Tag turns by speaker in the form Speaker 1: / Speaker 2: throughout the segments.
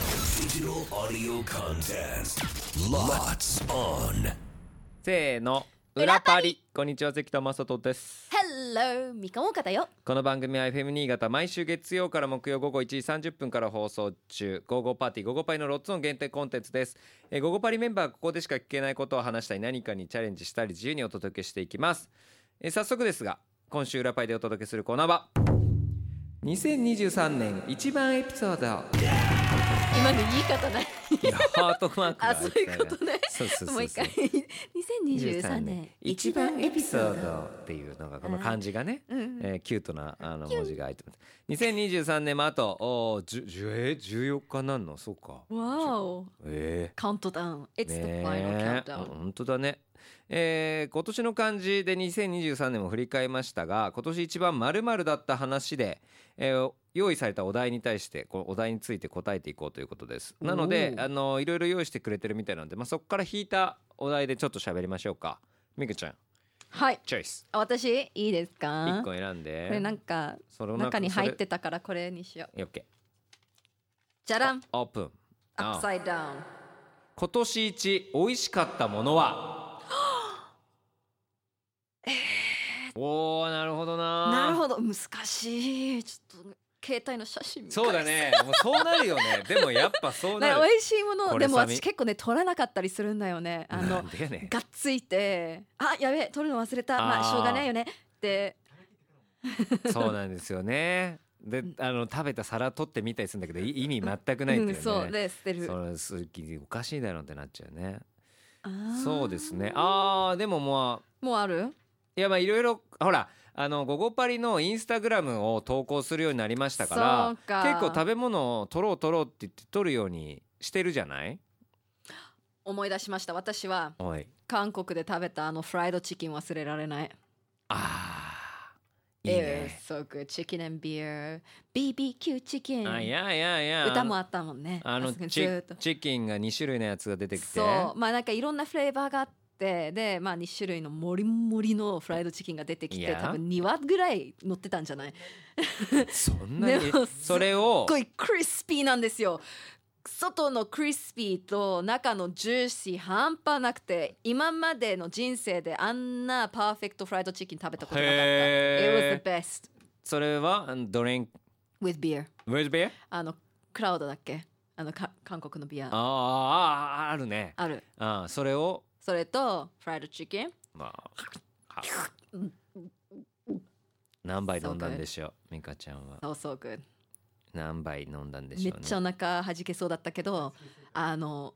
Speaker 1: Digital audio contest. Lots on.
Speaker 2: せーの
Speaker 3: 裏
Speaker 2: 裏
Speaker 3: パ
Speaker 2: パ
Speaker 3: リ
Speaker 2: リこんにちは関田正人です
Speaker 3: Hello! みかもかだよ。
Speaker 2: この番組は FM 新潟毎週月曜から木曜午後1時30分から放送中午後パーティー午後パリのロッツオン限定コンテンツですえー午後パリメンバーがここでしか聞けないことを話したり何かにチャレンジしたり自由にお届けしていきますえー早速ですが今週裏パリでお届けするコーナーは2023年一番エピソード
Speaker 3: 今の言い 方ない。
Speaker 2: いやハートマークが
Speaker 3: あ、そういうこと ね。
Speaker 2: そうそうそうそう
Speaker 3: もう一回。2023年
Speaker 2: 一番エピソー。ドっていうのがこの漢字がね、
Speaker 3: うん
Speaker 2: えーキュートなあの文字が入ってます。2023年もあとおーじゅじゅえー14日なんのそうか。
Speaker 3: わお。
Speaker 2: え
Speaker 3: カウントダウン。
Speaker 2: え
Speaker 3: It's
Speaker 2: ね
Speaker 3: the
Speaker 2: え
Speaker 3: final countdown.
Speaker 2: 本当だね。えー今年の漢字で2023年も振り返りましたが今年一番〇〇だった話で、えー用意されたお題に対してこうお題について答えていこうということですなので
Speaker 3: おー
Speaker 2: あのいろいろ用意してくれてるみたいなので、まあ、そこから引いたお題でちょっと喋りましょうかみくちゃん
Speaker 3: はい。
Speaker 2: チョイス
Speaker 3: あ私、いいです
Speaker 2: 一
Speaker 3: かこ
Speaker 2: 個選んで
Speaker 3: れなんか、
Speaker 2: その
Speaker 3: 中に入ってたからこれにしよう。
Speaker 2: オッケ
Speaker 3: じゃらん。
Speaker 2: ーオープンあ
Speaker 3: Upside down。
Speaker 2: 今年一美味しかったものは おーなるほどな
Speaker 3: なる
Speaker 2: ど
Speaker 3: ほど。難しい。ちょっと、携帯の写真見
Speaker 2: そうだ ねもうそうなるよねでもやっぱそう
Speaker 3: 返
Speaker 2: な
Speaker 3: す。
Speaker 2: る
Speaker 3: ね美味しいもの、
Speaker 2: これ
Speaker 3: でも
Speaker 2: さみ
Speaker 3: 私結構ね、撮らなかったりするんだよね。あ
Speaker 2: な
Speaker 3: の
Speaker 2: ん、でやねん
Speaker 3: がっついて「あやべえ撮るの忘れたまあ
Speaker 2: あー
Speaker 3: しょうがないよね」って
Speaker 2: そうなんですよねであの食べた皿取ってみたりするんだけどい意味全くないっていううね、
Speaker 3: んそうで捨てる
Speaker 2: それすおかしいだろうってなっちゃうね
Speaker 3: あー
Speaker 2: そうですねあーでもまあ
Speaker 3: もうある
Speaker 2: いやまあいろいろほらあの「ゴゴパリ」のインスタグラムを投稿するようになりましたから
Speaker 3: そうか
Speaker 2: 結構食べ物を取ろう取ろうって言って取るようにしてるじゃない
Speaker 3: 思い出しました私は
Speaker 2: おい
Speaker 3: 韓国で食べたあのフライドチキン忘れられない
Speaker 2: あーいいね
Speaker 3: It was so good chicken and beer BBQ チキン
Speaker 2: あいやいやいや
Speaker 3: 歌もあったもんね
Speaker 2: あの
Speaker 3: そこにず
Speaker 2: チ
Speaker 3: ーっと
Speaker 2: チキンが2種類のやつが出てきて
Speaker 3: そうまあなんかいろんなフレーバーがあってでまあ2種類のもりもりのフライドチキンが出てき
Speaker 2: い
Speaker 3: て
Speaker 2: や
Speaker 3: 多分2話ぐらい乗ってたんじゃない
Speaker 2: そんなに
Speaker 3: でも
Speaker 2: それを
Speaker 3: すっごいクリスピーなんですよ外のクリスピーと中のジューシー半端なくて今までの人生であんなパーフェクトフライドチキン食べたことなかった
Speaker 2: へ
Speaker 3: It was
Speaker 2: ー
Speaker 3: the best
Speaker 2: それはあのドリンク
Speaker 3: with beer
Speaker 2: Where's beer?
Speaker 3: あのクラウドだっけあのか韓国のビア
Speaker 2: あーあーあるね
Speaker 3: ある
Speaker 2: あーそれを
Speaker 3: それとフライドチキン
Speaker 2: まあ、何杯飲んだんでしょう、ミカちゃんは。
Speaker 3: そうそうグ
Speaker 2: 何杯飲んだんで
Speaker 3: め
Speaker 2: し
Speaker 3: っ
Speaker 2: ょうね。
Speaker 3: ちゃお 腹はじけそうだったけどあの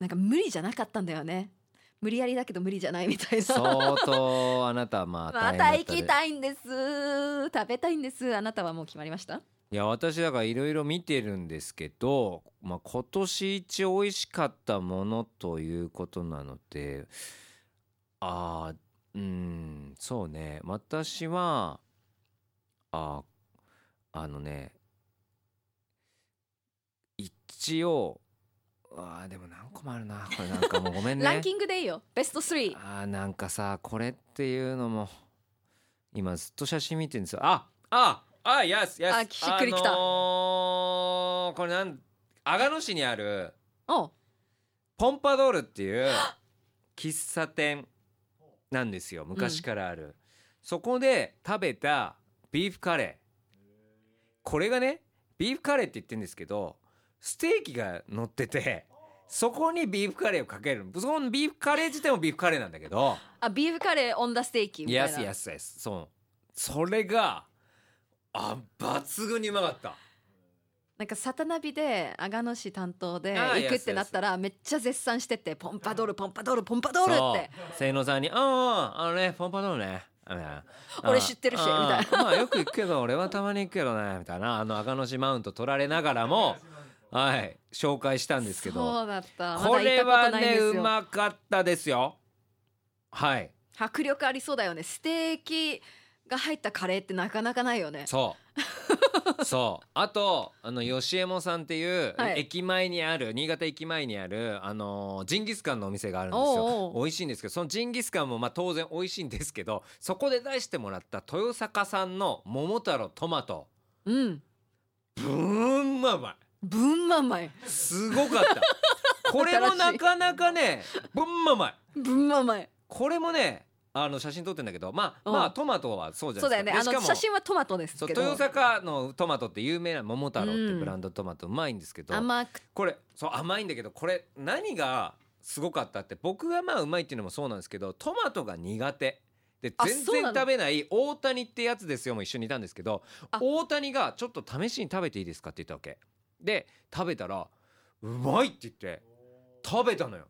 Speaker 3: なんか無理じゃなかったんだよね無理やりだけど無理じゃないみたいな
Speaker 2: 相当あなたはまあ
Speaker 3: ま
Speaker 2: 大変だっ
Speaker 3: た行
Speaker 2: たで
Speaker 3: きたいんです食べたいんですあなたはもう決まりました
Speaker 2: いや私だからいろいろ見てるんですけど、まあ、今年一美味しかったものということなのであーうんそうね私はああのね一応あーでも何個もあるなこれなんかもうごめんね
Speaker 3: ランキングでいいよベスト3
Speaker 2: あーなんかさこれっていうのも今ずっと写真見てるんですよああああやすやす
Speaker 3: あしっくりきた
Speaker 2: あのーこれなん阿賀野市にある
Speaker 3: おう
Speaker 2: ポンパドールって いう喫茶店なんですよ昔からある、そこで食べたビーフカレーこれがねビーフカレーって言ってるんですけどステーキが乗っててそこにビーフカレーをかけるそこのビーフカレー自体もビーフカレーなんだけど
Speaker 3: あビーフカレーオンダステーキみたいな
Speaker 2: Yes, yes, yes. そう。それが、あ、抜群にうまかった。
Speaker 3: なんかサタナビで阿賀野市担当で
Speaker 2: あー
Speaker 3: 行くっ
Speaker 2: yes, yes
Speaker 3: てなったらめっちゃ絶賛しててポンパドールポンパドールポンパドールって
Speaker 2: そう。せいのさんに、うんうん、あのね、ポンパドールね。みたいな
Speaker 3: 俺知ってるし
Speaker 2: うん
Speaker 3: みたい
Speaker 2: まあよく行くけど、俺はたまに行くけどね、みたいな。あの、赤の市マウント取られながら も、はい、紹介したんですけ
Speaker 3: そ
Speaker 2: ど。
Speaker 3: うだった
Speaker 2: これは
Speaker 3: まだ行ったことない
Speaker 2: ね、
Speaker 3: んですよ
Speaker 2: うまかったですよ。はい、
Speaker 3: 迫力ありそうだよねステーキが入ったカレーってなかなかないよね
Speaker 2: そう そうあとあの吉右衛門さんっていう、
Speaker 3: はい
Speaker 2: 駅前にある新潟駅前にあるあのージンギスカンのお店があるんですよ
Speaker 3: おうおう
Speaker 2: 美味しいんですけどそのジンギスカンもまあ当然美味しいんですけどそこで出してもらった豊坂さんの桃太郎トマト
Speaker 3: うん
Speaker 2: ぶーんまうまい
Speaker 3: ブンママイ
Speaker 2: すごかった これもなかなかねぶんままい
Speaker 3: ブンママイ
Speaker 2: これもねあの写真撮ってんだけどまあ
Speaker 3: うん
Speaker 2: まあトマトはそうじゃ
Speaker 3: そう
Speaker 2: な
Speaker 3: だ
Speaker 2: いで
Speaker 3: よね
Speaker 2: すかで
Speaker 3: あの
Speaker 2: しか
Speaker 3: 写
Speaker 2: も
Speaker 3: 真はトマトです
Speaker 2: そう
Speaker 3: けど
Speaker 2: 豊坂のトマトって有名な桃太郎っ
Speaker 3: う
Speaker 2: て
Speaker 3: ん
Speaker 2: ブランドトマトうまいんですけど、
Speaker 3: 甘く
Speaker 2: これそう甘いんだけどこれ何がすごかったって僕がまあうまいっていうのもそうなんですけどトマトが苦手で
Speaker 3: あ
Speaker 2: 全
Speaker 3: そう
Speaker 2: 然
Speaker 3: なの
Speaker 2: 食べない大谷ってやつですよも一緒にいたんですけど
Speaker 3: あ
Speaker 2: 大谷が「ちょっと試しに食べていいですか?」って言ったわけで食べたら「うまい!」って言って食べたのよ。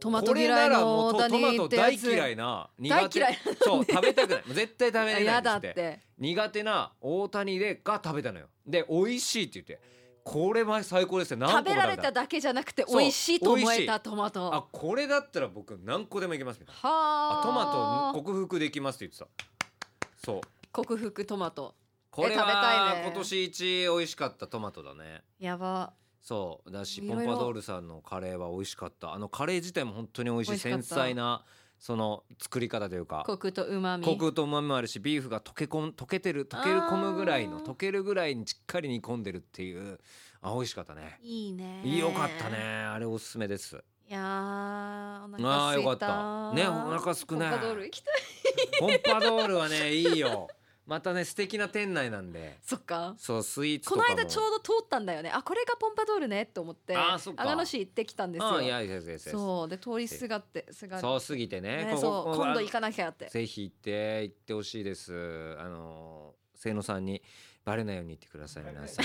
Speaker 3: トマト嫌い
Speaker 2: これな
Speaker 3: の大
Speaker 2: らもう
Speaker 3: 谷
Speaker 2: トトマト
Speaker 3: ってや
Speaker 2: 大
Speaker 3: つ
Speaker 2: 嫌いな苦
Speaker 3: 大
Speaker 2: 手
Speaker 3: 嫌い
Speaker 2: そう食べたくないもう絶対食べれないで
Speaker 3: や
Speaker 2: す
Speaker 3: だ
Speaker 2: っ
Speaker 3: ってて
Speaker 2: 苦手な大谷でが食べたのよで美味しいって言ってこれは最高ですよ何個
Speaker 3: 食
Speaker 2: も
Speaker 3: べられただけじゃなくて美味しいと思えたトマト
Speaker 2: あこれだったら僕何個でもいけますみたいな
Speaker 3: は
Speaker 2: あ
Speaker 3: あ
Speaker 2: トマト克服できますって言ってたそう
Speaker 3: 克服トマト
Speaker 2: これ
Speaker 3: 食べた
Speaker 2: はい
Speaker 3: ね
Speaker 2: 今年一美味しかったトマトだね
Speaker 3: やば
Speaker 2: そうだし
Speaker 3: い
Speaker 2: ポ
Speaker 3: ろいろ
Speaker 2: ンパドールさんのカレーは美味しかったあのカレー自体も本当に美味しい
Speaker 3: 美味しかっ
Speaker 2: 繊
Speaker 3: た
Speaker 2: 細なその作り方というか
Speaker 3: コクと旨味
Speaker 2: コクとうまみもあるしビーフが溶けこん溶けてる溶ける込むぐらいの
Speaker 3: あー
Speaker 2: 溶けるぐらいにしっかり煮込んでるっていうあ美味しかったね
Speaker 3: いいね
Speaker 2: よかったねあれおすすめです
Speaker 3: いやーお腹すいた
Speaker 2: あーよかったねお腹すくね
Speaker 3: ポカドール行きたい
Speaker 2: ポンパドールはねいいよまたね素敵な店内なんで
Speaker 3: そっか
Speaker 2: そうスイーツと
Speaker 3: こ
Speaker 2: かも
Speaker 3: の間ちょうど通ったんだよねあこれがポンパドールねって思って
Speaker 2: あーそっか
Speaker 3: 阿賀野市行ってきたんです
Speaker 2: あ
Speaker 3: よ
Speaker 2: いやいやいやいやそ
Speaker 3: そうで通りすがってすが
Speaker 2: う
Speaker 3: っ
Speaker 2: そうすぎてね
Speaker 3: ねそう今度行かなきゃ って
Speaker 2: ぜひ行って行ってほしいですあの清野さんにバレないように言ってください皆さ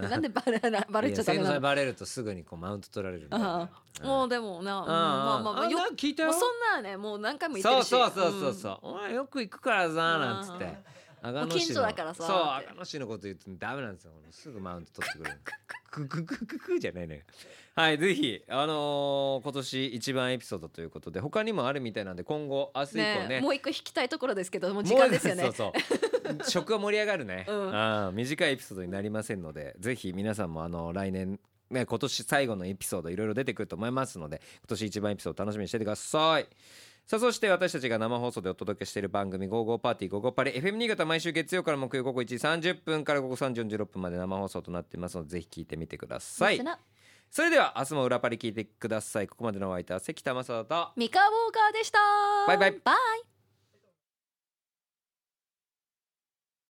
Speaker 2: ん
Speaker 3: なんでバレな バレちゃダメ
Speaker 2: いや清野さん
Speaker 3: な
Speaker 2: に
Speaker 3: の
Speaker 2: バレるとすぐにこうマウント取られるんで
Speaker 3: ああもうでもな、うんまあまあまあ
Speaker 2: あ
Speaker 3: よ
Speaker 2: なんか聞いた
Speaker 3: も
Speaker 2: よ
Speaker 3: うそんなねもう何回も言って
Speaker 2: そ
Speaker 3: る
Speaker 2: う
Speaker 3: し
Speaker 2: そうそうそう
Speaker 3: う
Speaker 2: そうお前よく行くからさなんつって
Speaker 3: うん
Speaker 2: 阿賀野市の
Speaker 3: もう近所だからさ
Speaker 2: そう
Speaker 3: っ
Speaker 2: 阿
Speaker 3: て
Speaker 2: 賀野市のこと言ってもダメなんですよすぐマウント取ってくるクククククじゃないのよはいぜひあのー今年一番エピソードということで他にもあるみたいなんで今後明日以降
Speaker 3: んね
Speaker 2: ね
Speaker 3: もう一個引きたいところですけどもう時間ですよね
Speaker 2: もう そうそう食は盛り上がるね、
Speaker 3: うん
Speaker 2: あー短いエピソードになりませんのでぜひ皆さんもあの来年ね、今年最後のエピソードいろいろ出てくると思いますので今年一番エピソード楽しみにしててくださいさあそして私たちが生放送でお届けしている番組「ゴーゴーパーティーゴーゴーパレ」FM 新潟毎週月曜から木曜午後1時30分から午後3時46分まで生放送となっていますのでぜひ聞いてみてください
Speaker 3: リスナー
Speaker 2: それでは明日も裏パリ聞いてくださいここまでのお相手は関田正人と
Speaker 3: ミカウォーカーでした
Speaker 2: バイバイ
Speaker 3: バイ